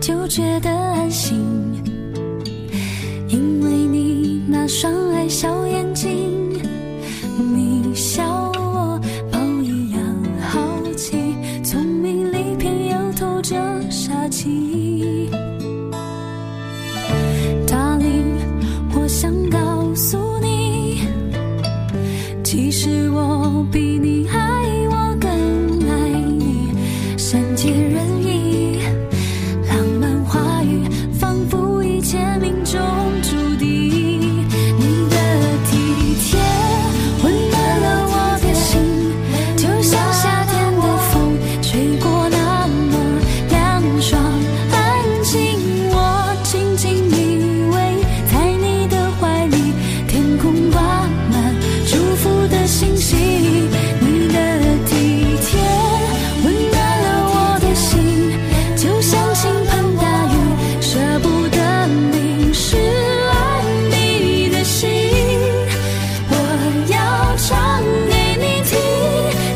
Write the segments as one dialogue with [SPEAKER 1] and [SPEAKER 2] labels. [SPEAKER 1] 就觉得安心，因为你那双爱笑眼睛，你笑我猫一样好奇，聪明里偏又透着傻气。Darling，我想告诉你，其实我比你爱我更爱你，善解人意，浪漫话语仿佛一切命中注定。你的体贴温暖了我的心，就像夏天的风吹过那么凉爽。安静，我紧紧依偎在你的怀里，天空挂满祝福的星星。你的体贴温暖了我的心，就像倾盆大雨，舍不得淋湿了你的心。我要唱给你听，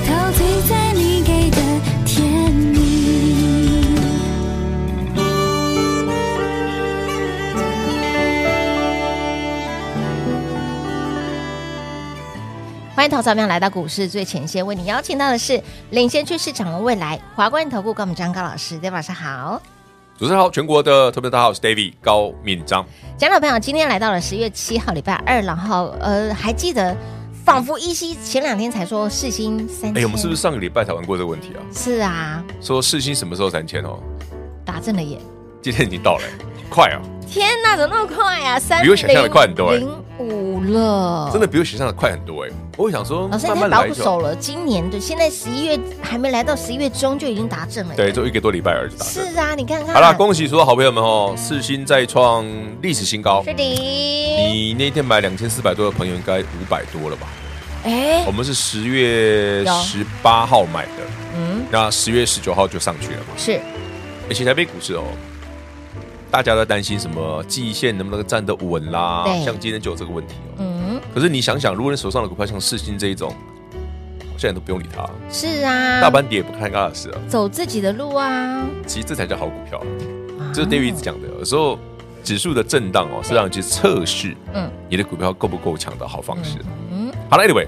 [SPEAKER 1] 陶醉在你给的甜蜜。
[SPEAKER 2] 欢迎投资者朋友来到股市最前线，为你邀请到的是领先去市场的未来华冠投顾高敏章高老师，大家晚上好。
[SPEAKER 3] 主持人好，全国的特别大号是 David 高敏章，
[SPEAKER 2] 讲老朋友，今天来到了十月七号礼拜二，然后呃，还记得仿佛依稀前两天才说世新三千，
[SPEAKER 3] 哎、我们是不是上个礼拜讨论过这个问题啊？
[SPEAKER 2] 是啊，
[SPEAKER 3] 说世新什么时候三千哦？
[SPEAKER 2] 打正了耶！
[SPEAKER 3] 今天已经到了、快啊，
[SPEAKER 2] 天哪，怎么那么快啊？三
[SPEAKER 3] 比我想象的快很多哎
[SPEAKER 2] 零五了，
[SPEAKER 3] 真的。比我想象的快很多哎、我想说，
[SPEAKER 2] 啊老师，
[SPEAKER 3] 慢
[SPEAKER 2] 你
[SPEAKER 3] 慢
[SPEAKER 2] 太保
[SPEAKER 3] 来
[SPEAKER 2] 守
[SPEAKER 3] 就好。
[SPEAKER 2] 了。今年的现在十一月还没来到十一月中就已经达正了耶，
[SPEAKER 3] 对，就一个多礼拜而已就打算。
[SPEAKER 2] 是啊，你看看。
[SPEAKER 3] 好啦，恭喜所有好朋友们哦！世新再创历史新高
[SPEAKER 2] 是，的，
[SPEAKER 3] 你那天买两千四百多的朋友应该五百多了吧？
[SPEAKER 2] 哎
[SPEAKER 3] 我，们是十月
[SPEAKER 2] 有
[SPEAKER 3] 十八号买的，
[SPEAKER 2] 嗯，
[SPEAKER 3] 那十月十九号就上去了嘛。
[SPEAKER 2] 是
[SPEAKER 3] 而且台北股市哦，大家都在担心什么季线能不能站得稳啦
[SPEAKER 2] 对，
[SPEAKER 3] 像今天就有这个问题哦。
[SPEAKER 2] 嗯
[SPEAKER 3] 可是你想想，如果你手上的股票像世新这一种，好像你都不用理它，
[SPEAKER 2] 是啊，
[SPEAKER 3] 大盘跌也不看它的事啊。
[SPEAKER 2] 走自己的路啊，
[SPEAKER 3] 其实这才叫好股票啊，
[SPEAKER 2] 啊
[SPEAKER 3] 这是 David 一直讲的。有时候指数的震荡哦，是让你去测试
[SPEAKER 2] 嗯
[SPEAKER 3] 你的股票够不够强的好方式。
[SPEAKER 2] 嗯
[SPEAKER 3] 好了，Anyway，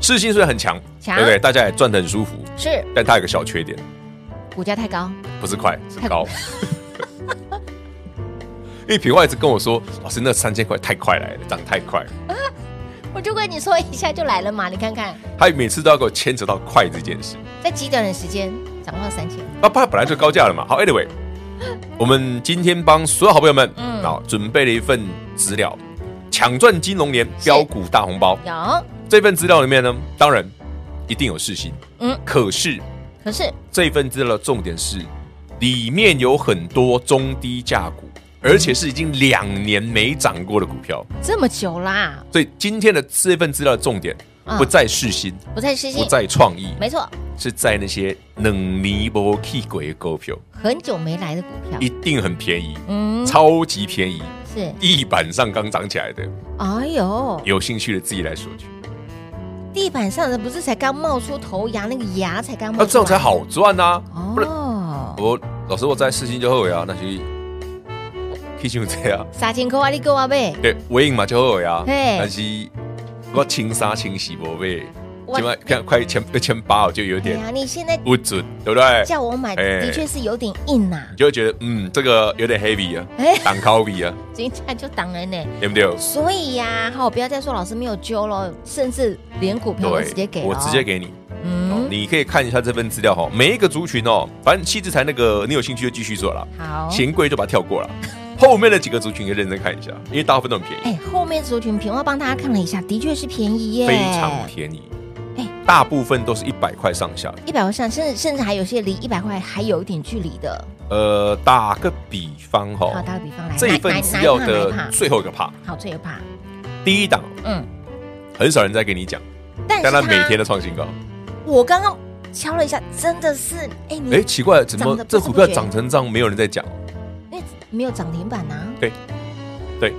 [SPEAKER 3] 世新虽然很强，
[SPEAKER 2] 强
[SPEAKER 3] 对不对？大家也赚得很舒服，
[SPEAKER 2] 是
[SPEAKER 3] 但它有个小缺点，
[SPEAKER 2] 股价太高，
[SPEAKER 3] 不是快是
[SPEAKER 2] 太
[SPEAKER 3] 高。 因为平外一直跟我说，老师那三千块太快来了，涨太快了。
[SPEAKER 2] 我就跟你说一下就来了嘛，你看看，
[SPEAKER 3] 他每次都要给我牵扯到快这件事。
[SPEAKER 2] 在极短的时间涨到三千，
[SPEAKER 3] 那怕本来就高价了嘛。好，Anyway，我们今天帮所有好朋友们，
[SPEAKER 2] 嗯
[SPEAKER 3] 嗯，好，准备了一份资料，抢赚金融年标股大红包。
[SPEAKER 2] 有，
[SPEAKER 3] 这份资料里面呢，当然一定有事情，
[SPEAKER 2] 嗯
[SPEAKER 3] 嗯，可是
[SPEAKER 2] 可是
[SPEAKER 3] 这份资料的重点是，里面有很多中低价股，而且是已经两年没涨过的股票。
[SPEAKER 2] 这么久啦，
[SPEAKER 3] 所以今天的这份资料的重点
[SPEAKER 2] 嗯
[SPEAKER 3] 不在世新，
[SPEAKER 2] 不太失
[SPEAKER 3] 不
[SPEAKER 2] 信，
[SPEAKER 3] 在创意，
[SPEAKER 2] 没错，
[SPEAKER 3] 是在那些冷泥波 K 鬼的股票，
[SPEAKER 2] 很久没来的股票，
[SPEAKER 3] 一定很便宜。
[SPEAKER 2] 嗯，
[SPEAKER 3] 超级便宜，
[SPEAKER 2] 是，
[SPEAKER 3] 地板上刚涨起来的，
[SPEAKER 2] 哎呦，
[SPEAKER 3] 有兴趣的自己来索取。
[SPEAKER 2] 地板上的不是才刚冒出头芽，那个芽才刚冒出
[SPEAKER 3] 那
[SPEAKER 2] 来，
[SPEAKER 3] 啊这样才好赚呐、不然
[SPEAKER 2] 哦，
[SPEAKER 3] 我老师我在事情就后悔啊，那就可以就这样。
[SPEAKER 2] 三千块啊，你给我呗，
[SPEAKER 3] 对，尾影嘛就后悔啊，
[SPEAKER 2] 嘿
[SPEAKER 3] 但是我清杀清洗不被，
[SPEAKER 2] 我
[SPEAKER 3] 起码看快一千一千八，我就有
[SPEAKER 2] 哎
[SPEAKER 3] 点
[SPEAKER 2] 呀，你现在
[SPEAKER 3] 不准，对不对？
[SPEAKER 2] 叫我买，
[SPEAKER 3] 哎
[SPEAKER 2] 的确是有点硬呐
[SPEAKER 3] 你，就会觉得嗯，这个有点 heavy 啊
[SPEAKER 2] 哎，
[SPEAKER 3] 挡 copy 啊，
[SPEAKER 2] 今天就挡人呢。
[SPEAKER 3] 对不对？
[SPEAKER 2] 所以呀、好，不要再说老师没有揪了，甚至连股票都直接给了哦
[SPEAKER 3] 我直接，给你。哦
[SPEAKER 2] 嗯，
[SPEAKER 3] 你可以看一下这份资料哈，每一个族群哦，反正七字才那个你有兴趣就继续做了。
[SPEAKER 2] 好，
[SPEAKER 3] 嫌贵就把它跳过了。后面的几个族群也认真看一下，因为大部分都很便宜，
[SPEAKER 2] 哎，后面族群平花帮大家看了一下，的确是便宜耶，
[SPEAKER 3] 非常便宜。
[SPEAKER 2] 哎，
[SPEAKER 3] 大部分都是一百块上下的。
[SPEAKER 2] 一百块上，甚至甚至还有些离一百块还有一点距离的。
[SPEAKER 3] 呃，打个比方哈、
[SPEAKER 2] 好，打个比方来，
[SPEAKER 3] 哦这一份资料的
[SPEAKER 2] 最
[SPEAKER 3] 最后一个 part，
[SPEAKER 2] 好最有怕，
[SPEAKER 3] 第一档
[SPEAKER 2] 嗯，
[SPEAKER 3] 很少人在跟你讲，
[SPEAKER 2] 但是
[SPEAKER 3] 但它
[SPEAKER 2] 它
[SPEAKER 3] 每天都创新高。
[SPEAKER 2] 我刚刚敲了一下，真的是，哎、你
[SPEAKER 3] 哎，奇怪，怎
[SPEAKER 2] 涨
[SPEAKER 3] 么
[SPEAKER 2] 得不
[SPEAKER 3] 这
[SPEAKER 2] 知
[SPEAKER 3] 股票
[SPEAKER 2] 不觉
[SPEAKER 3] 涨成这样，没有人在讲？
[SPEAKER 2] 因为没有涨停板啊，
[SPEAKER 3] 对，对，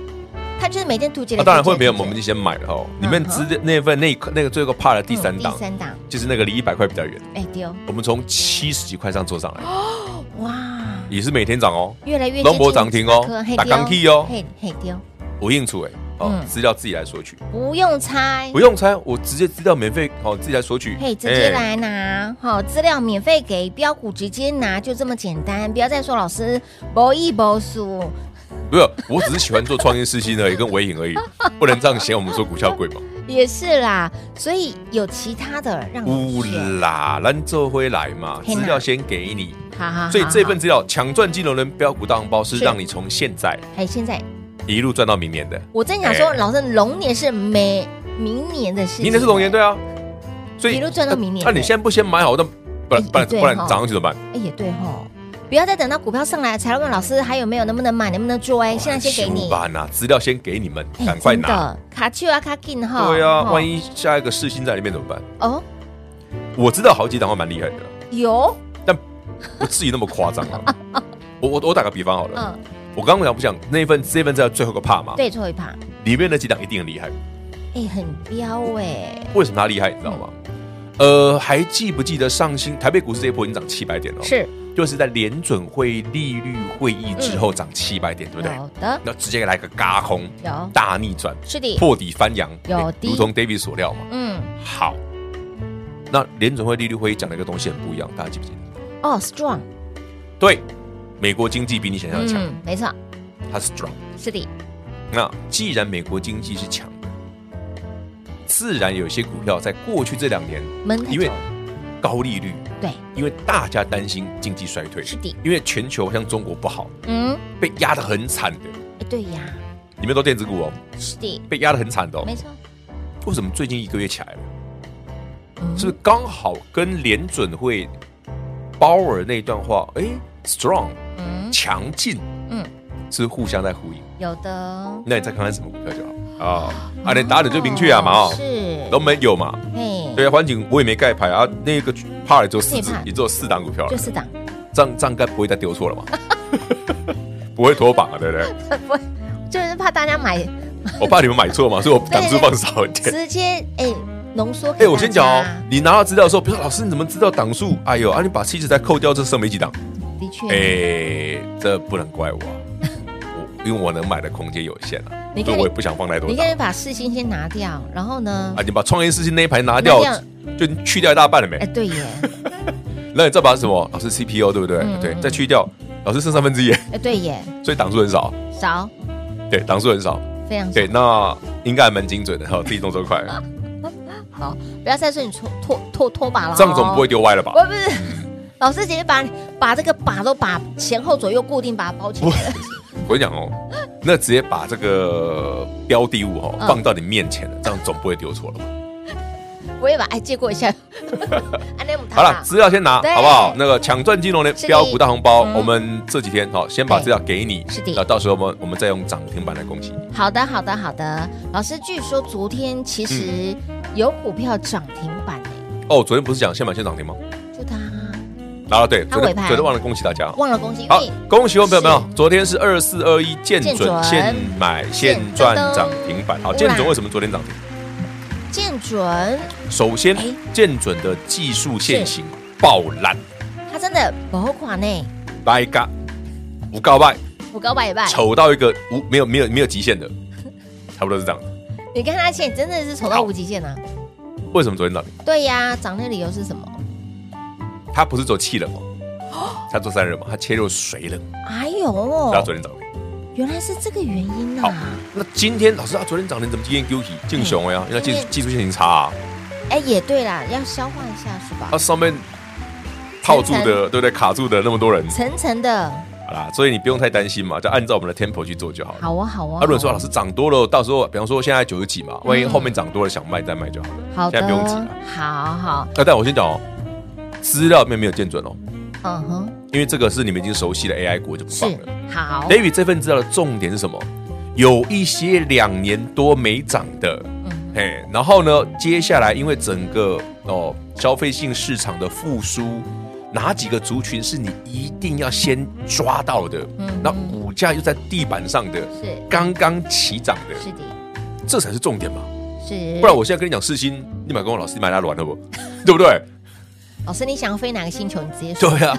[SPEAKER 2] 它就是每天突击
[SPEAKER 3] 啊，
[SPEAKER 2] 的、
[SPEAKER 3] 当然会没有，
[SPEAKER 2] 突
[SPEAKER 3] 我
[SPEAKER 2] 击
[SPEAKER 3] 们
[SPEAKER 2] 的
[SPEAKER 3] 就先买了哈。你
[SPEAKER 2] 嗯
[SPEAKER 3] 们
[SPEAKER 2] 哼
[SPEAKER 3] 资那份那一那个最后一个 part 的第
[SPEAKER 2] 嗯
[SPEAKER 3] 三档
[SPEAKER 2] 第，三档，
[SPEAKER 3] 就是那个离一百块比较远，
[SPEAKER 2] 哎、丢，
[SPEAKER 3] 我们从七十几块上做上来，
[SPEAKER 2] 哦哇，
[SPEAKER 3] 也是每天涨哦。
[SPEAKER 2] 越来越
[SPEAKER 3] 龙博涨停哦打钢
[SPEAKER 2] 踢
[SPEAKER 3] 梯哦
[SPEAKER 2] 嘿嘿丢，
[SPEAKER 3] 我应出哎，哦
[SPEAKER 2] 嗯，哎
[SPEAKER 3] 资料自己来索取，
[SPEAKER 2] 不用猜
[SPEAKER 3] 不，用猜，我直接资料免费，哦，自己来索取，
[SPEAKER 2] 嘿，直接来
[SPEAKER 3] 哎
[SPEAKER 2] 拿，好、资料免费给，标股直接拿，就这么简单，不要再说老师博弈博输，
[SPEAKER 3] 没有，我只是喜欢做创业事情而已，跟微影 而已，不能这样嫌我们说股票贵嘛？
[SPEAKER 2] 也是啦，所以有其他的让你
[SPEAKER 3] 不
[SPEAKER 2] 选，
[SPEAKER 3] 啦，咱做回来嘛，
[SPEAKER 2] 嗯啊嘿呐
[SPEAKER 3] 资料先给你。
[SPEAKER 2] 好好好，
[SPEAKER 3] 所以这
[SPEAKER 2] 好
[SPEAKER 3] 份资料抢赚金融人标股大红包是
[SPEAKER 2] 是
[SPEAKER 3] 让你从现在
[SPEAKER 2] 哎，现在
[SPEAKER 3] 一路赚到明年的，
[SPEAKER 2] 我正想说，
[SPEAKER 3] 哎
[SPEAKER 2] 老师龙年是每明年的事情，
[SPEAKER 3] 明年是龙年，对啊，所
[SPEAKER 2] 一路赚到明年
[SPEAKER 3] 那你现在不先买好，那不然
[SPEAKER 2] 哎
[SPEAKER 3] 不然
[SPEAKER 2] 对
[SPEAKER 3] 不然
[SPEAKER 2] 吼
[SPEAKER 3] 涨上去怎么办？
[SPEAKER 2] 哎，也对吼，不要再等到股票上来才来问老师还有没有，能不能买，能不能追，哎现在先给你，
[SPEAKER 3] 吧，呐，资料先给你们，
[SPEAKER 2] 哎
[SPEAKER 3] 赶快
[SPEAKER 2] 真
[SPEAKER 3] 拿。
[SPEAKER 2] 的卡丘啊卡进哈，
[SPEAKER 3] 对啊，
[SPEAKER 2] 吼
[SPEAKER 3] 万一下一个世新在里面怎么办？
[SPEAKER 2] 哦
[SPEAKER 3] 我知道好几档会蛮厉害的，
[SPEAKER 2] 有，
[SPEAKER 3] 但不至于那么夸张 啊。我我我打个比方好了，
[SPEAKER 2] 嗯，
[SPEAKER 3] 我刚刚讲不讲那一份这份资料最后一个怕嘛？
[SPEAKER 2] 对，最后一趴，
[SPEAKER 3] 里面那几档一定很厉害。
[SPEAKER 2] 哎，很标哎，
[SPEAKER 3] 为什么它厉害？你知道吗？
[SPEAKER 2] 嗯
[SPEAKER 3] 呃，还记不记得上新台北股市这一波已经涨七百点了？，
[SPEAKER 2] 是
[SPEAKER 3] 就是在联准会利率会议之后涨七百点，对不对？
[SPEAKER 2] 有的，
[SPEAKER 3] 那直接来个嘎空，
[SPEAKER 2] 有
[SPEAKER 3] 大逆转，
[SPEAKER 2] 是的，
[SPEAKER 3] 破底翻扬，
[SPEAKER 2] 有
[SPEAKER 3] 哎
[SPEAKER 2] 的
[SPEAKER 3] 如同 David 所料嘛。
[SPEAKER 2] 嗯，
[SPEAKER 3] 好，那联准会利率会议讲的一个东西很不一样，大家记不记得？
[SPEAKER 2] 哦，strong，
[SPEAKER 3] 对，美国经济比你想象的强，
[SPEAKER 2] 嗯，没错，
[SPEAKER 3] 它是 strong。
[SPEAKER 2] 是的，
[SPEAKER 3] 那既然美国经济是强的，自然有些股票在过去这两年
[SPEAKER 2] 门槛
[SPEAKER 3] 因为
[SPEAKER 2] 走
[SPEAKER 3] 高利率，
[SPEAKER 2] 对，
[SPEAKER 3] 因为大家担心经济衰退，
[SPEAKER 2] 是的
[SPEAKER 3] 因为全球像中国不好，
[SPEAKER 2] 嗯，
[SPEAKER 3] 被压得很惨的，
[SPEAKER 2] 哎，对呀，
[SPEAKER 3] 里面都电子股哦，
[SPEAKER 2] 是的，
[SPEAKER 3] 被压得很惨的、哦，
[SPEAKER 2] 没错，
[SPEAKER 3] 为什么最近一个月起来了？
[SPEAKER 2] 嗯
[SPEAKER 3] 是不是刚好跟联准会鲍尔那段话，哎，strong
[SPEAKER 2] 嗯，
[SPEAKER 3] 强劲，
[SPEAKER 2] 嗯，
[SPEAKER 3] 是互相在呼应。
[SPEAKER 2] 有的。
[SPEAKER 3] 那你再看看什么股票就好啊啊！你啊打点就明确啊嘛哦，
[SPEAKER 2] 是，
[SPEAKER 3] 都没有嘛。
[SPEAKER 2] 嘿，
[SPEAKER 3] 对啊，环境我也没盖牌啊，那个 part 也只有四只
[SPEAKER 2] 那一 part
[SPEAKER 3] 也只有四档股票了
[SPEAKER 2] 就，是档，
[SPEAKER 3] 这样这样该不会再丢错了吧？ 不会脱榜啊，对不对？
[SPEAKER 2] 不会，就是怕大家买
[SPEAKER 3] 我怕你们买错嘛，所以我档数放少一点。
[SPEAKER 2] 直接哎浓缩。
[SPEAKER 3] 哎，我先讲哦，，你拿到资料的时候，比如说老师你怎么知道档数？哎呦啊，你把七十再扣掉，这剩没几档。
[SPEAKER 2] 的确，
[SPEAKER 3] 哎，这不能怪我啊，我因为我能买的空间有限啊，
[SPEAKER 2] 你
[SPEAKER 3] 所
[SPEAKER 2] 看
[SPEAKER 3] 以
[SPEAKER 2] 你
[SPEAKER 3] 我也不想放太多
[SPEAKER 2] 你
[SPEAKER 3] 档
[SPEAKER 2] 可以把四星先拿掉，然后呢
[SPEAKER 3] 啊。，你把创业事情那一排拿掉
[SPEAKER 2] 拿掉，
[SPEAKER 3] 就去掉一大半了没
[SPEAKER 2] 哎？对耶，
[SPEAKER 3] 那你再把什么老师 CPU 对不对？
[SPEAKER 2] 嗯
[SPEAKER 3] 对，
[SPEAKER 2] 嗯
[SPEAKER 3] 再去掉，老师剩三分之一，
[SPEAKER 2] 哎对耶，
[SPEAKER 3] 所以档数很少。
[SPEAKER 2] 少
[SPEAKER 3] 对，档数很少。
[SPEAKER 2] 非常少
[SPEAKER 3] 对，，那应该还蛮精准的，哈，自己动作快，
[SPEAKER 2] 哦好，不要再说你拖拖拖拖把了哦，
[SPEAKER 3] 这样总不会丢歪了吧？
[SPEAKER 2] 我不是。老师直接把把这个把都把前后左右固定把它包起来了，
[SPEAKER 3] 我跟你讲哦，那直接把这个标的物哈、哦、
[SPEAKER 2] 嗯
[SPEAKER 3] 放到你面前了，这样总不会丢错了吧？
[SPEAKER 2] 我也把哎借过一下。安内姆塔
[SPEAKER 3] 好了，资料先拿
[SPEAKER 2] 对
[SPEAKER 3] 好不好？那个抢赚金融的
[SPEAKER 2] 是的
[SPEAKER 3] 标股大红包，
[SPEAKER 2] 嗯
[SPEAKER 3] 我们这几天哈、哦、先把
[SPEAKER 2] 对
[SPEAKER 3] 资料给你，
[SPEAKER 2] 是的
[SPEAKER 3] 那到时候我们我们再用涨停板来恭喜你。
[SPEAKER 2] 好的，好的，好的。老师，据说昨天其实
[SPEAKER 3] 嗯
[SPEAKER 2] 有股票涨停板诶，
[SPEAKER 3] 哦，昨天不是讲先买先涨停吗？
[SPEAKER 2] 就它
[SPEAKER 3] 拿了对，
[SPEAKER 2] 它
[SPEAKER 3] 昨天
[SPEAKER 2] 尾盘
[SPEAKER 3] 昨天忘了恭喜大家。
[SPEAKER 2] 忘了攻击，因
[SPEAKER 3] 好
[SPEAKER 2] 为，
[SPEAKER 3] 恭喜我们朋友们
[SPEAKER 2] 是！
[SPEAKER 3] 昨天是二四二一见
[SPEAKER 2] 见
[SPEAKER 3] 准
[SPEAKER 2] 准
[SPEAKER 3] 现买现
[SPEAKER 2] 现
[SPEAKER 3] 赚
[SPEAKER 2] 噔噔
[SPEAKER 3] 涨停板。好，
[SPEAKER 2] 哇
[SPEAKER 3] 见准为什么昨天涨
[SPEAKER 2] 哎
[SPEAKER 3] 停？
[SPEAKER 2] 建准
[SPEAKER 3] 首先
[SPEAKER 2] 哎，
[SPEAKER 3] 建准的技术线型爆烂，
[SPEAKER 2] 它真的爆款呢，
[SPEAKER 3] 来嘎，五告败，
[SPEAKER 2] 我高百拜。
[SPEAKER 3] 丑到一个无没有没有没有极限的，差不多是这样。
[SPEAKER 2] 你看它现在真的是丑到无极限啊！
[SPEAKER 3] 为什么昨天涨停？
[SPEAKER 2] 对呀，涨的理由是什么？
[SPEAKER 3] 它不是做气冷哦，它做散热嘛，它切入水冷，
[SPEAKER 2] 哎
[SPEAKER 3] 所以它昨
[SPEAKER 2] 呦，
[SPEAKER 3] 天涨停。
[SPEAKER 2] 原来是这个原因
[SPEAKER 3] 好
[SPEAKER 2] 啊！，
[SPEAKER 3] 那今天老师，他昨天涨停怎么今天 guilty 进熊哎呀？因为它技
[SPEAKER 2] 今天
[SPEAKER 3] 技术线型差啊，
[SPEAKER 2] 哎，也对啦，要消化一下是吧
[SPEAKER 3] 它？上面套住
[SPEAKER 2] 层层
[SPEAKER 3] 的，对不对？卡住的那么多人，
[SPEAKER 2] 层层的，
[SPEAKER 3] 好啦，所以你不用太担心嘛，就按照我们的 tempo 去做就好了。
[SPEAKER 2] 好啊，好啊。
[SPEAKER 3] 啊，如果说老师涨多了，到时候比方说现在九十几嘛，万一后面涨多了想卖再卖就好了。
[SPEAKER 2] 嗯好的，
[SPEAKER 3] 现在不用急了。
[SPEAKER 2] 好好，
[SPEAKER 3] 那但我先讲哦，资料里面没有见准哦，
[SPEAKER 2] 嗯哼，
[SPEAKER 3] 因为这个是你们已经熟悉的 AI 股就不放
[SPEAKER 2] 是
[SPEAKER 3] 了。
[SPEAKER 2] 好，
[SPEAKER 3] David 这份资料的重点是什么？有一些两年多没涨的，
[SPEAKER 2] 嗯，
[SPEAKER 3] 嘿，然后呢，接下来因为整个哦消费性市场的复苏，哪几个族群是你一定要先抓到的？
[SPEAKER 2] 嗯
[SPEAKER 3] 那股价又在地板上的，
[SPEAKER 2] 是
[SPEAKER 3] 刚刚起涨的，
[SPEAKER 2] 是的，
[SPEAKER 3] 这才是重点嘛。
[SPEAKER 2] 是。
[SPEAKER 3] 不然我现在跟你讲世新，你买跟我老师买那卵好不 好？对不对？
[SPEAKER 2] 老师，你想要飞哪个星球？你直接说。
[SPEAKER 3] 对啊，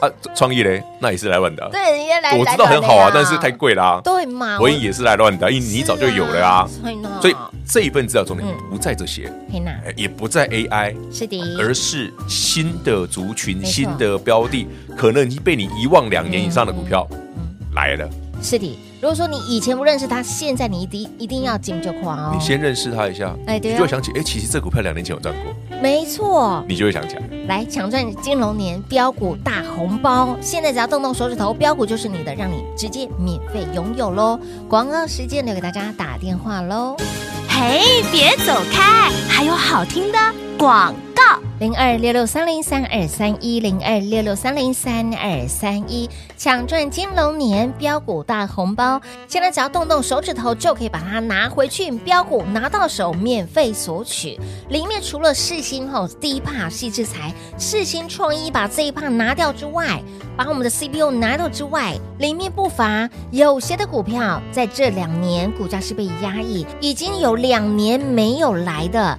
[SPEAKER 3] 啊，创意嘞，那也是来乱的啊、
[SPEAKER 2] 对，人家来，
[SPEAKER 3] 我
[SPEAKER 2] 来
[SPEAKER 3] 知道很好啊
[SPEAKER 2] 暖，的
[SPEAKER 3] 但
[SPEAKER 2] 呀
[SPEAKER 3] 是太贵啦、
[SPEAKER 2] 对嘛，
[SPEAKER 3] 我也是来乱的啊，因为你早就有了啊。
[SPEAKER 2] 所以呢，
[SPEAKER 3] 所以这一份资料重点
[SPEAKER 2] 嗯
[SPEAKER 3] 不在这些，
[SPEAKER 2] 佩娜
[SPEAKER 3] 哎也不在 AI，
[SPEAKER 2] 是的，
[SPEAKER 3] 而是新的族群、
[SPEAKER 2] 没错
[SPEAKER 3] 新的标的，可能已经被你遗忘两年以上的股票
[SPEAKER 2] 嗯
[SPEAKER 3] 来了。
[SPEAKER 2] 是的。如果说你以前不认识他，现在你一定一定要进就狂哦。
[SPEAKER 3] 你先认识它一下，
[SPEAKER 2] 哎
[SPEAKER 3] 你
[SPEAKER 2] 对啊
[SPEAKER 3] 就会想起，哎，其实这股票两年前有赚过，
[SPEAKER 2] 没错，
[SPEAKER 3] 你就会想起来。
[SPEAKER 2] 来抢赚金龙年标股大红包！现在只要动动手指头，标股就是你的，让你直接免费拥有喽。广告时间留给大家打电话喽。
[SPEAKER 1] 嘿，别走开，还有好听的广告。
[SPEAKER 2] 零二六六三零三二三一零二六六三零三二三一，抢赚金龙年标股大红包！现在只要动动手指头就可以把它拿回去，标股拿到手，免费索取。里面除了世新吼第一帕细制裁，世新创意把这一帕拿掉之外，把我们的 CPU 拿掉之外，里面不乏有些的股票在这两年股价是被压抑，已经有两年没有来的。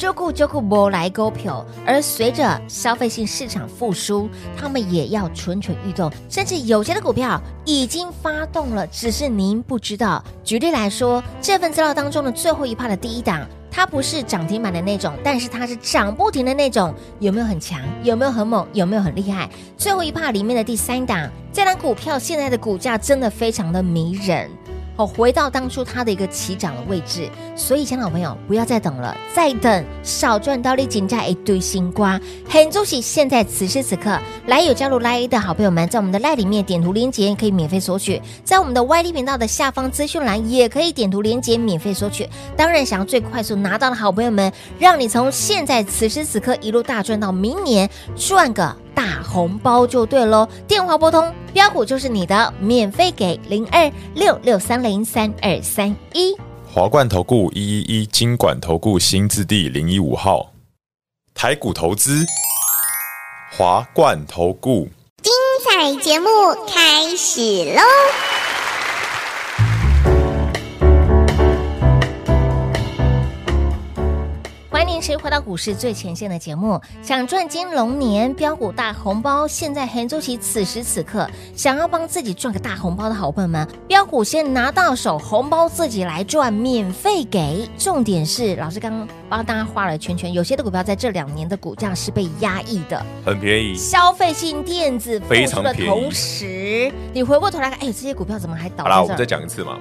[SPEAKER 2] 这股这股没来股票，而随着消费性市场复苏，他们也要蠢蠢欲动，甚至有些的股票已经发动了，只是您不知道。举例来说，这份资料当中的最后一趴的第一档。它不是涨停板的那种，但是它是涨不停的那种，有没有很强？有没有很猛？有没有很厉害？最后一趴里面的第三档，这档股票现在的股价真的非常的迷人，哦，回到当初它的一个起涨的位置。所以，亲爱的朋友，不要再等了，再等少赚到利，紧加一堆新瓜。很恭喜，现在此时此刻来有加入 l i 的好朋友们，在我们的 l i 里面点图连接可以免费索取，在我们的 YD 频道的下方资讯栏也可以点图连接免费索取。当然，想要最快速拿到的好朋友们，让你从现在此时此刻一路大赚到明年，赚个大红包就对喽！电话拨通，标股就是你的，免费给零二六六三零三二三一。
[SPEAKER 4] 华冠投顾一一一金管投顾新字第零一五号，台股投资，华冠投顾。
[SPEAKER 5] 彩节目开始喽！
[SPEAKER 2] 欢迎持续回到股市最前线的节目。想赚金龙年标股大红包，现在很周期此时此刻想要帮自己赚个大红包的好朋友们，标股先拿到手，红包自己来赚，免费给。重点是，老师刚刚帮大家画了圈圈，有些的股票在这两年的股价是被压抑的，
[SPEAKER 3] 很便宜，
[SPEAKER 2] 消费性电子复
[SPEAKER 3] 非
[SPEAKER 2] 苏
[SPEAKER 3] 常
[SPEAKER 2] 的
[SPEAKER 3] 便宜
[SPEAKER 2] 同时，你回过头来看，哎，这些股票怎么还倒
[SPEAKER 3] 好啦，我
[SPEAKER 2] 在
[SPEAKER 3] 们
[SPEAKER 2] 这
[SPEAKER 3] 再
[SPEAKER 2] 儿？
[SPEAKER 3] 讲一次嘛。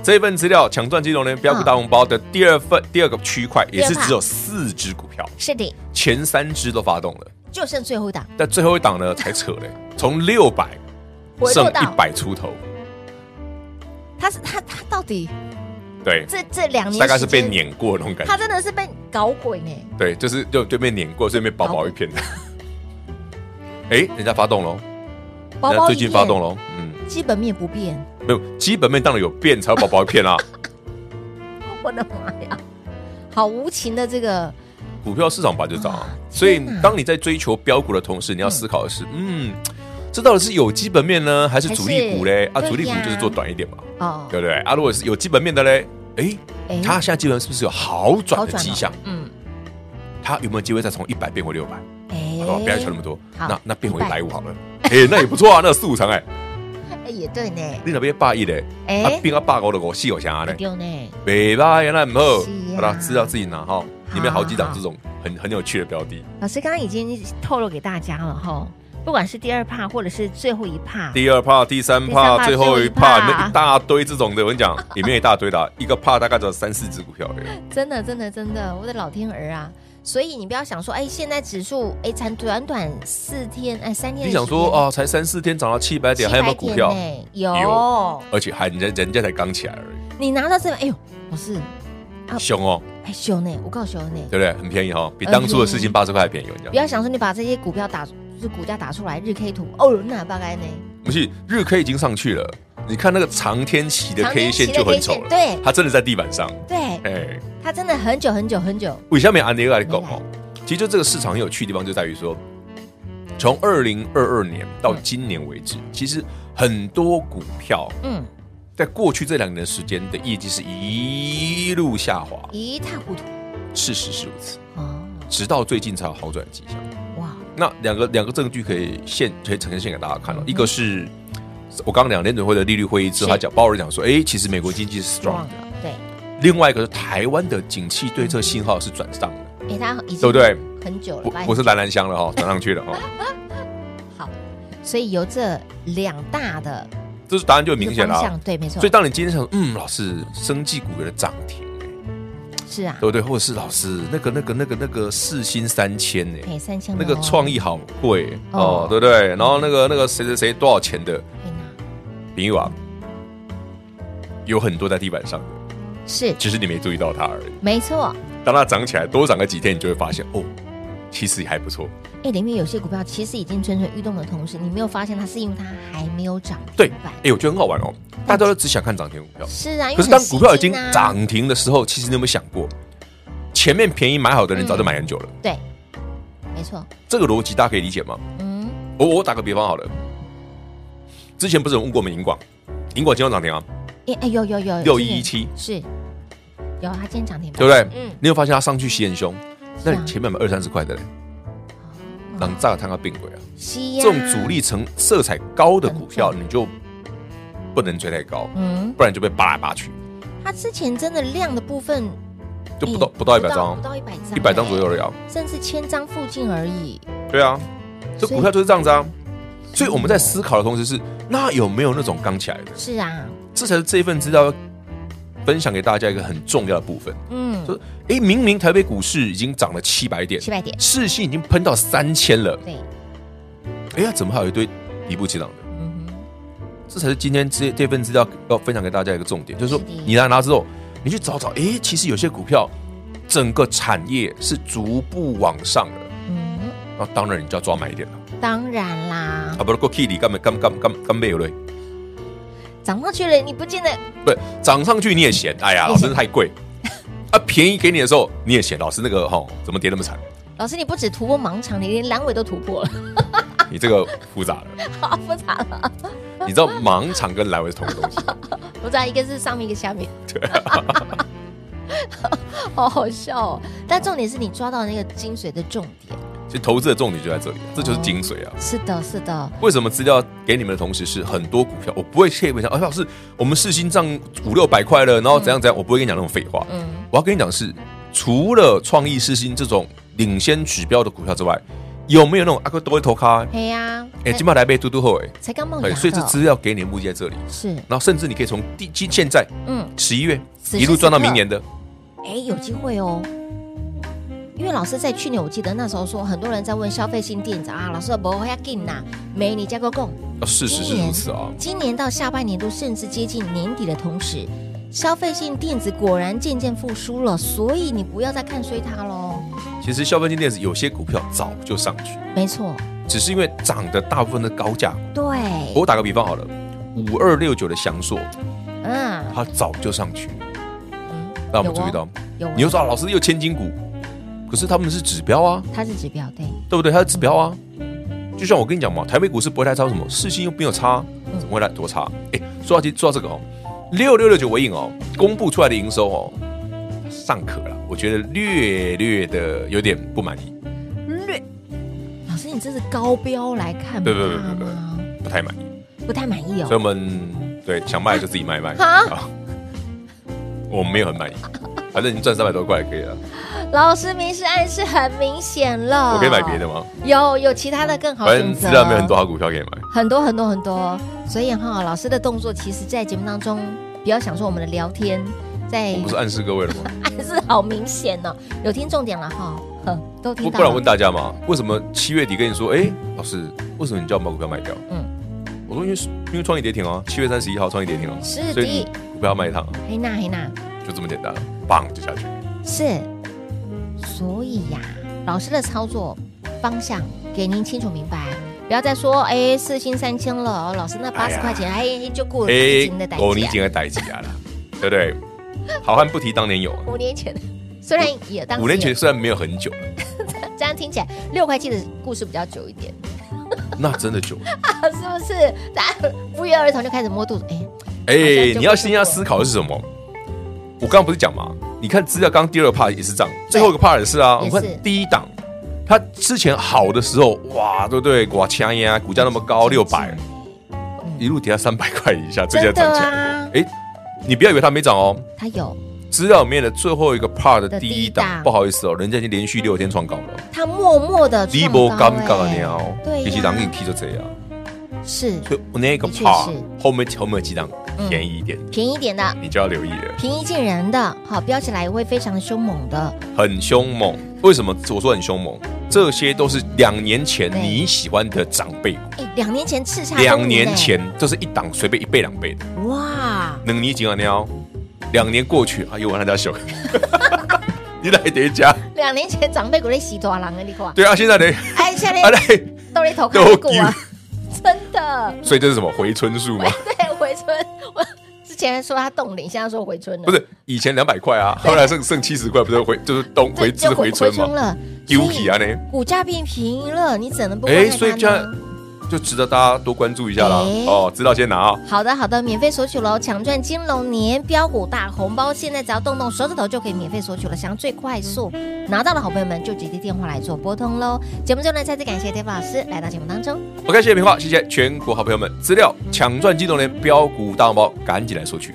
[SPEAKER 3] 这一份资料抢赚金融呢标股大红包的第二份、第二个区块，也是
[SPEAKER 2] 第二块
[SPEAKER 3] 只有四只股票，
[SPEAKER 2] 是的，
[SPEAKER 3] 前三只都发动了，
[SPEAKER 2] 就剩最后一档，
[SPEAKER 3] 但最后一档呢才扯 嘞，从六百
[SPEAKER 2] 回
[SPEAKER 3] 剩
[SPEAKER 2] 落
[SPEAKER 3] 一
[SPEAKER 2] 到
[SPEAKER 3] 百出头，
[SPEAKER 2] 它是它它到底
[SPEAKER 3] 对，
[SPEAKER 2] 这这两年
[SPEAKER 3] 大概是被
[SPEAKER 2] 时间
[SPEAKER 3] 碾过那种感觉
[SPEAKER 2] 他，真的是被搞鬼呢。
[SPEAKER 3] 对，就是就就被碾过，所以被薄薄一片 的。哎，人家发动喽，
[SPEAKER 2] 包
[SPEAKER 3] 人家
[SPEAKER 2] 包
[SPEAKER 3] 最
[SPEAKER 2] 一
[SPEAKER 3] 近
[SPEAKER 2] 变
[SPEAKER 3] 发动，喽，嗯，
[SPEAKER 2] 基本面不变，
[SPEAKER 3] 没有，基本面当然有变，才有薄薄一片啊啦。
[SPEAKER 2] 我的妈呀，好无情的这个
[SPEAKER 3] 股票市场吧就涨啊
[SPEAKER 2] 哇。
[SPEAKER 3] 所以
[SPEAKER 2] 天哪
[SPEAKER 3] 当你在追求标股的同时，你要思考的是，嗯，这到底是有基本面呢，还是主力股嘞？
[SPEAKER 2] 还
[SPEAKER 3] 啊，
[SPEAKER 2] 是
[SPEAKER 3] 主力股
[SPEAKER 2] 对呀
[SPEAKER 3] 就是做短一点嘛，
[SPEAKER 2] 哦，
[SPEAKER 3] 对不对？啊，如果是有基本面的嘞，哎，
[SPEAKER 2] 哎
[SPEAKER 3] 它现在基本是不是有好转
[SPEAKER 2] 好
[SPEAKER 3] 的
[SPEAKER 2] 转
[SPEAKER 3] 迹
[SPEAKER 2] 了
[SPEAKER 3] 象？
[SPEAKER 2] 嗯，
[SPEAKER 3] 它有没有机会再从一百变回六百？
[SPEAKER 2] 哎
[SPEAKER 3] 哦好不好？不要想那么多，
[SPEAKER 2] 好
[SPEAKER 3] 那那变回一
[SPEAKER 2] 100
[SPEAKER 3] 百五好了。 哎，那也不错啊，那有四五成哎，
[SPEAKER 2] 哎也对呢，
[SPEAKER 3] 你那边八亿嘞，啊
[SPEAKER 2] 哎，
[SPEAKER 3] 变到八五的我四有啥
[SPEAKER 2] 不
[SPEAKER 3] 嘞？
[SPEAKER 2] 丢呢，
[SPEAKER 3] 北吧，原来不好
[SPEAKER 2] 是，啊
[SPEAKER 3] 好啦，知道自己拿哈。里面好几档
[SPEAKER 2] 好
[SPEAKER 3] 这种很很有趣的标的，
[SPEAKER 2] 老师刚刚已经透露给大家了哈，不管是第二帕或者是最后一帕，
[SPEAKER 3] 第二怕、第三
[SPEAKER 2] 第三
[SPEAKER 3] 怕、
[SPEAKER 2] 怕
[SPEAKER 3] 最后一
[SPEAKER 2] 最后一怕
[SPEAKER 3] 怕，里面一大堆这种的，我跟你讲， 里面一大堆的啊，一个怕大概只有三四只股票而已。
[SPEAKER 2] 真的真的真的，我的老天儿啊！所以你不要想说，哎，现在指数哎才短短四天，哎三天的
[SPEAKER 3] 你
[SPEAKER 2] 时间，
[SPEAKER 3] 想说啊，才三四天涨到七百点，还有没有股票
[SPEAKER 2] 700？点呢有
[SPEAKER 3] 有，而且还人家人家才刚起来而已，
[SPEAKER 2] 你拿到这个，哎呦，老师，啊
[SPEAKER 3] 凶哦，
[SPEAKER 2] 哎熊呢，我告诉熊呢，
[SPEAKER 3] 对不对？很便宜哦哈，比当初的四千八十块还便宜。我跟你
[SPEAKER 2] 不要
[SPEAKER 3] 讲，
[SPEAKER 2] 想说你把这些股票打，就是股价打出来日 K 图，哦，那大概呢，
[SPEAKER 3] 不是日 K 已经上去了，你看那个长天期的
[SPEAKER 2] 长
[SPEAKER 3] K
[SPEAKER 2] 天期
[SPEAKER 3] 线
[SPEAKER 2] 的
[SPEAKER 3] 就
[SPEAKER 2] K 线
[SPEAKER 3] 很丑了，
[SPEAKER 2] 对
[SPEAKER 3] 它真的在地板上。
[SPEAKER 2] 对，
[SPEAKER 3] 哎，
[SPEAKER 2] 它真的很久很久很久，
[SPEAKER 3] 为什么安迪来讲哦？其实就这个市场很有趣的地方就在于说，从二零二二年到今年为止，其实很多股票
[SPEAKER 2] 嗯，
[SPEAKER 3] 在过去这两年的时间的业绩是一路下滑，
[SPEAKER 2] 一塌糊涂，
[SPEAKER 3] 事实是如此，
[SPEAKER 2] 哦，
[SPEAKER 3] 直到最近才有好转迹象。
[SPEAKER 2] 哇，
[SPEAKER 3] 那两个两个证据可以现可以呈现给大家看了，一个是我刚刚讲联准会的利率会议之后，
[SPEAKER 2] 是
[SPEAKER 3] 他讲鲍尔讲说，哎，其实美国经济是 strong
[SPEAKER 2] 撞
[SPEAKER 3] 的，
[SPEAKER 2] 了，对，
[SPEAKER 3] 另外一个是台湾的景气对策信号是转上的，
[SPEAKER 2] 哎，它已经
[SPEAKER 3] 对不对？
[SPEAKER 2] 很久了
[SPEAKER 3] 不
[SPEAKER 2] 吧，
[SPEAKER 3] 不是蓝蓝香了哈，转上去了哈，
[SPEAKER 2] 所以由这两大的
[SPEAKER 3] 这是答案就很
[SPEAKER 2] 一个
[SPEAKER 3] 明显了
[SPEAKER 2] 方
[SPEAKER 3] 啊。
[SPEAKER 2] 向，对，没错
[SPEAKER 3] 所以，当你今天想，嗯，老师，生技股有了涨停，
[SPEAKER 2] 是啊
[SPEAKER 3] 对，不对？或者是老师那个那个那个那个四星三千呢？
[SPEAKER 2] 哎，三千
[SPEAKER 3] 那个创意好贵
[SPEAKER 2] 哦
[SPEAKER 3] 哦，对不对？然后那个那个谁谁谁多少钱的
[SPEAKER 2] 哎那
[SPEAKER 3] 比喻啊，有很多在地板上的，
[SPEAKER 2] 是
[SPEAKER 3] 只是你没注意到它而已。
[SPEAKER 2] 没错，
[SPEAKER 3] 当它涨起来，多涨个几天，你就会发现哦，其实也还不错。
[SPEAKER 2] 哎，里面有些股票其实已经蠢蠢欲动的同时，你没有发现它是因为它还没有涨
[SPEAKER 3] 对
[SPEAKER 2] 停板，，
[SPEAKER 3] 哎，我觉得很好玩哦，大家都只想看涨停股票，
[SPEAKER 2] 是啊，因为
[SPEAKER 3] 可是当
[SPEAKER 2] 很吸
[SPEAKER 3] 股票已经
[SPEAKER 2] 睛啊，
[SPEAKER 3] 涨停的时候，其实你有没有想过，前面便宜买好的人早
[SPEAKER 2] 嗯
[SPEAKER 3] 就买很久了？
[SPEAKER 2] 对，没错，
[SPEAKER 3] 这个逻辑大家可以理解吗？
[SPEAKER 2] 嗯，
[SPEAKER 3] 我我打个比方好了，之前不是有问过我们银广，银广今天涨停啊，
[SPEAKER 2] 哎哎有有有
[SPEAKER 3] 6117
[SPEAKER 2] 是，有啊它今天涨停板
[SPEAKER 3] 对不对？
[SPEAKER 2] 嗯
[SPEAKER 3] 你有发现它上去吸很凶，那
[SPEAKER 2] 是啊
[SPEAKER 3] 你前面买二三十块的嘞，让炸看它并轨啊，
[SPEAKER 2] 吸呀
[SPEAKER 3] 这种主，力层色彩高的股票，
[SPEAKER 2] 很
[SPEAKER 3] 你就不能追太高，
[SPEAKER 2] 嗯，
[SPEAKER 3] 不然就被扒来扒去，
[SPEAKER 2] 它之前真的量的部分
[SPEAKER 3] 就不到
[SPEAKER 2] 哎
[SPEAKER 3] 不到一百张啊
[SPEAKER 2] 不，到一百张，哎
[SPEAKER 3] 一百张左右而已啊。
[SPEAKER 2] 甚至千张附近而已。
[SPEAKER 3] 对啊，这
[SPEAKER 2] 所以
[SPEAKER 3] 股票就是这样子啊。所以我们在思考的同时是，那有没有那种刚起来的？
[SPEAKER 2] 是啊，
[SPEAKER 3] 这才是这份资料要分享给大家一个很重要的部分。
[SPEAKER 2] 嗯，
[SPEAKER 3] 就是，哎，明明台北股市已经涨了七百点，
[SPEAKER 2] 七百点，
[SPEAKER 3] 市心已经喷到三千了，
[SPEAKER 2] 对，
[SPEAKER 3] 哎呀，怎么还有一堆底部起涨的？
[SPEAKER 2] 嗯哼，
[SPEAKER 3] 这才是今天这这份资料要分享给大家一个重点，就是说
[SPEAKER 2] 是的
[SPEAKER 3] 你拿拿之后，你去找找，哎，其实有些股票整个产业是逐步往上的，
[SPEAKER 2] 嗯，
[SPEAKER 3] 那当然你就要抓买一点了。
[SPEAKER 2] 当然啦
[SPEAKER 3] 啊，，不是过 K 里干嘛干嘛干嘛干嘛干嘛没有嘞？
[SPEAKER 2] 涨上去了，你不见得
[SPEAKER 3] 不是涨上去你也嫌，哎呀，老师太贵。啊，便宜给你的时候你也嫌，老师那个哈、怎么跌那么惨？
[SPEAKER 2] 老师，你不止突破盲场，你连阑尾都突破了，
[SPEAKER 3] 你这个复杂了。
[SPEAKER 2] 好复杂了。
[SPEAKER 3] 你知道盲场跟阑尾是同一个东西，
[SPEAKER 2] 我知道一个是上面，一个下面。对、
[SPEAKER 3] 啊
[SPEAKER 2] 好好笑哦！但重点是你抓到那个精髓的重点。
[SPEAKER 3] 其实投资的重点就在这里，这就是精髓啊。
[SPEAKER 2] 是的，是的，
[SPEAKER 3] 为什么资料给你们的同时是很多股票？我不会特别讲，哎，老师，我们市心涨五六百块了，然后怎样怎样，我不会跟你讲那种废话。
[SPEAKER 2] 嗯，
[SPEAKER 3] 我要跟你讲的是，除了创意市心这种领先指标的股票之外，有没有那种阿哥都会投咖？
[SPEAKER 2] 嘿呀、
[SPEAKER 3] 哎，
[SPEAKER 2] 才
[SPEAKER 3] 今麦来杯嘟嘟后哎，
[SPEAKER 2] 才刚冒芽
[SPEAKER 3] 哎，
[SPEAKER 2] 的，
[SPEAKER 3] 所以这资料给你的目的在这里。
[SPEAKER 2] 是
[SPEAKER 3] 然后甚至你可以从第今现在
[SPEAKER 2] 嗯，
[SPEAKER 3] 十一月
[SPEAKER 2] 此时
[SPEAKER 3] 一路赚到
[SPEAKER 2] 此刻
[SPEAKER 3] 明年的，
[SPEAKER 2] 哎，有机会哦。因为老师在去年，我记得那时候说，很多人在问消费性电子啊，老师不会要进呐，没你加个供。
[SPEAKER 3] 啊事实是如此啊。
[SPEAKER 2] 今年到下半年度，甚至接近年底的同时，消费性电子果然渐渐复苏了，所以你不要再看衰它喽。
[SPEAKER 3] 其实消费性电子有些股票早就上去了。
[SPEAKER 2] 没错，
[SPEAKER 3] 只是因为涨的大部分的高价股。
[SPEAKER 2] 对，
[SPEAKER 3] 我打个比方好了，五二六九的翔硕，
[SPEAKER 2] 嗯，
[SPEAKER 3] 它早就上去，
[SPEAKER 2] 嗯
[SPEAKER 3] 那我们注意到，，
[SPEAKER 2] 有哦
[SPEAKER 3] 你又
[SPEAKER 2] 有哦，
[SPEAKER 3] 说啊老师又千金股，可是他们是指标啊，
[SPEAKER 2] 它是指标，对，
[SPEAKER 3] 对不对？它是指标啊。就像我跟你讲嘛，台北股市不会太差，什么市心又没有差，怎么会来多差？哎，说到这，说到这个哦，六六六九尾影哦，公布出来的营收哦，尚可了，我觉得略略的有点不满意，
[SPEAKER 2] 老师，你这是高标来看
[SPEAKER 3] 对对对
[SPEAKER 2] 它
[SPEAKER 3] 对对
[SPEAKER 2] 吗？
[SPEAKER 3] 不太满意，
[SPEAKER 2] 不太满意
[SPEAKER 3] 所以我
[SPEAKER 2] 哦。
[SPEAKER 3] 们对想卖就自己卖一卖
[SPEAKER 2] 啊
[SPEAKER 3] 啊，我没有很满意，反正已经赚三百多块也可以了。
[SPEAKER 2] 老师明示暗示很明显了，
[SPEAKER 3] 我可以买别的吗？
[SPEAKER 2] 有有其他的更好
[SPEAKER 3] 反
[SPEAKER 2] 选
[SPEAKER 3] 正
[SPEAKER 2] 择，
[SPEAKER 3] 资料没有很多好股票可以买。
[SPEAKER 2] 很多很多很多，所以哈，老师的动作其实，在节目当中，不要想说我们的聊天在
[SPEAKER 3] 我不是暗示各位了吗？
[SPEAKER 2] 暗示好明显哦，有听重点了哈。呵都听
[SPEAKER 3] 不
[SPEAKER 2] 到
[SPEAKER 3] 不然我
[SPEAKER 2] 了
[SPEAKER 3] 问大家嘛，为什么七月底跟你说，哎，老师，为什么你叫我把股票卖掉？
[SPEAKER 2] 嗯
[SPEAKER 3] 嗯，我说因为因为创意跌停啊，七月三十一号创意跌停啊，
[SPEAKER 2] 是的
[SPEAKER 3] 所以你股票要卖一趟啊，
[SPEAKER 2] 黑娜黑娜
[SPEAKER 3] 就这么简单，啊棒就下去。
[SPEAKER 2] 是，所以呀、老师的操作方向给您清楚明白，不要再说哎四星三千了，哦老师那八
[SPEAKER 3] 哎
[SPEAKER 2] 十
[SPEAKER 3] 呀
[SPEAKER 2] 块钱哎就过了
[SPEAKER 3] 哎
[SPEAKER 2] 已经的代，
[SPEAKER 3] 狗你
[SPEAKER 2] 价，
[SPEAKER 3] 捡个逮鸡啊了，对不对？好汉不提当年勇啊，
[SPEAKER 2] 五年前的，虽然也当时
[SPEAKER 3] 五年前
[SPEAKER 2] 也
[SPEAKER 3] 虽然没有很久，
[SPEAKER 2] 这样听起来六块七的故事比较久一点， 啊
[SPEAKER 3] 那真的久了。
[SPEAKER 2] 是不是？大家不约而同就开始摸肚子，哎，
[SPEAKER 3] 哎、
[SPEAKER 2] 像就
[SPEAKER 3] 你要
[SPEAKER 2] 会
[SPEAKER 3] 先要思考的是什么？我刚刚不是讲嘛？你看资料，刚刚第二 part 也是这样，最后一个 part 也是啊。
[SPEAKER 2] 也
[SPEAKER 3] 我
[SPEAKER 2] 是
[SPEAKER 3] 看第一档，它之前好的时候，哇，对不对？哇，强呀，股价那么高，
[SPEAKER 2] 啊
[SPEAKER 3] 六百，一路跌到三百块以下，最近
[SPEAKER 2] 真
[SPEAKER 3] 涨
[SPEAKER 2] 的
[SPEAKER 3] 起来。
[SPEAKER 2] 啊，
[SPEAKER 3] 哎、你不要以为它没涨哦，
[SPEAKER 2] 他有，
[SPEAKER 3] 资料里面的最后一个 part 的
[SPEAKER 2] 的
[SPEAKER 3] 第
[SPEAKER 2] 第一
[SPEAKER 3] 一
[SPEAKER 2] 档
[SPEAKER 3] 档，不好意思哦，人家已经连续六天创高了，
[SPEAKER 2] 他默默的
[SPEAKER 3] 你
[SPEAKER 2] 创
[SPEAKER 3] 无
[SPEAKER 2] 高
[SPEAKER 3] 尴尬
[SPEAKER 2] 哎
[SPEAKER 3] 了，
[SPEAKER 2] 对
[SPEAKER 3] 其实人已
[SPEAKER 2] 呀
[SPEAKER 3] 经，踢就这样，
[SPEAKER 2] 是
[SPEAKER 3] 所以那个
[SPEAKER 2] 的确
[SPEAKER 3] part
[SPEAKER 2] 是
[SPEAKER 3] 后面后面有几档
[SPEAKER 2] 嗯
[SPEAKER 3] 便宜一点，
[SPEAKER 2] 便宜一点的，
[SPEAKER 3] 你就要留意了。
[SPEAKER 2] 平易近人的，好飙起来会非常凶猛的，
[SPEAKER 3] 很凶猛。为什么我说很凶猛？这些都是两年前
[SPEAKER 2] 对
[SPEAKER 3] 你喜欢的长辈股，
[SPEAKER 2] 哎，两年前叱咤风云
[SPEAKER 3] 两年
[SPEAKER 2] 哎
[SPEAKER 3] 前这是一档随便一倍两倍的，
[SPEAKER 2] 哇，
[SPEAKER 3] 能你几个鸟？哦两年过去，哎呦，我让大 家笑。 你来得加，
[SPEAKER 2] 两年前长辈股在洗大人啊，你看，
[SPEAKER 3] 对啊，现在得
[SPEAKER 2] 哎，现在
[SPEAKER 3] 啊嘞，
[SPEAKER 2] 都在投看股啊
[SPEAKER 3] 都，
[SPEAKER 2] 真的，
[SPEAKER 3] 所以这是什么回春术 吗？
[SPEAKER 2] 对，回春，我之前说他冻龄，现在说回春了，
[SPEAKER 3] 不是，以前两百块啊，后来剩剩七十块，不是回就是东
[SPEAKER 2] 对，
[SPEAKER 3] 回
[SPEAKER 2] 就
[SPEAKER 3] 之回春
[SPEAKER 2] 春
[SPEAKER 3] 嘛？
[SPEAKER 2] 了，
[SPEAKER 3] 丢
[SPEAKER 2] 所以
[SPEAKER 3] 弃啊呢？
[SPEAKER 2] 股价变便宜了，你怎能不关
[SPEAKER 3] 哎，
[SPEAKER 2] 爱
[SPEAKER 3] 所以
[SPEAKER 2] 它
[SPEAKER 3] 这样
[SPEAKER 2] 呢？
[SPEAKER 3] 就值得大家多关注一下啦。
[SPEAKER 2] 哎
[SPEAKER 3] 哦，知道先拿啊，
[SPEAKER 2] 好的，好的，免费索取喽！抢赚金龙年标股大红包，现在只要动动手指头就可以免费索取了。想要最快速拿到的好朋友们，就直接电话来做拨通喽！节目最后呢，再次感谢 David 老师来到节目当中。
[SPEAKER 3] OK，谢谢平话，谢谢全国好朋友们，资料抢赚机动连标股大红包，赶紧来索取。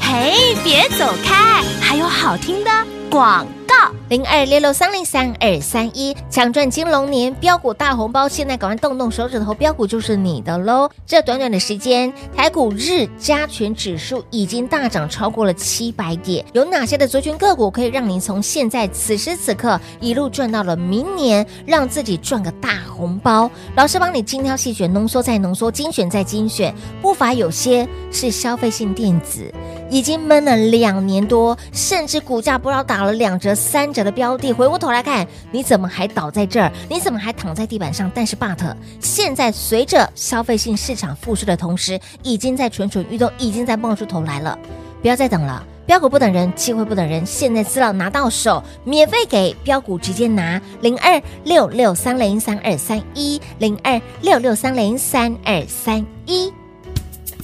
[SPEAKER 5] 嘿，别走开，还有好听的广告。
[SPEAKER 2] 零二六六三零三二三一，抢赚金龙年标股大红包，现在赶快动动手指头，标股就是你的喽！这短短的时间，台股日加权指数已经大涨超过了七百点，有哪些的族群个股可以让您从现在此时此刻一路赚到了明年，让自己赚个大红包？老师帮你精挑细选，浓缩再浓缩，精选再精选，不乏有些是消费性电子。已经闷了两年多，甚至股价不知道打了两折、三折的标的，回过头来看，你怎么还倒在这儿？你怎么还躺在地板上？但是 but 现在随着消费性市场复苏的同时，已经在蠢蠢欲动，已经在冒出头来了，不要再等了。标股不等人，机会不等人。现在资料拿到手，免费给标股直接拿零二六六三零三二三一零二六六三零三二三一。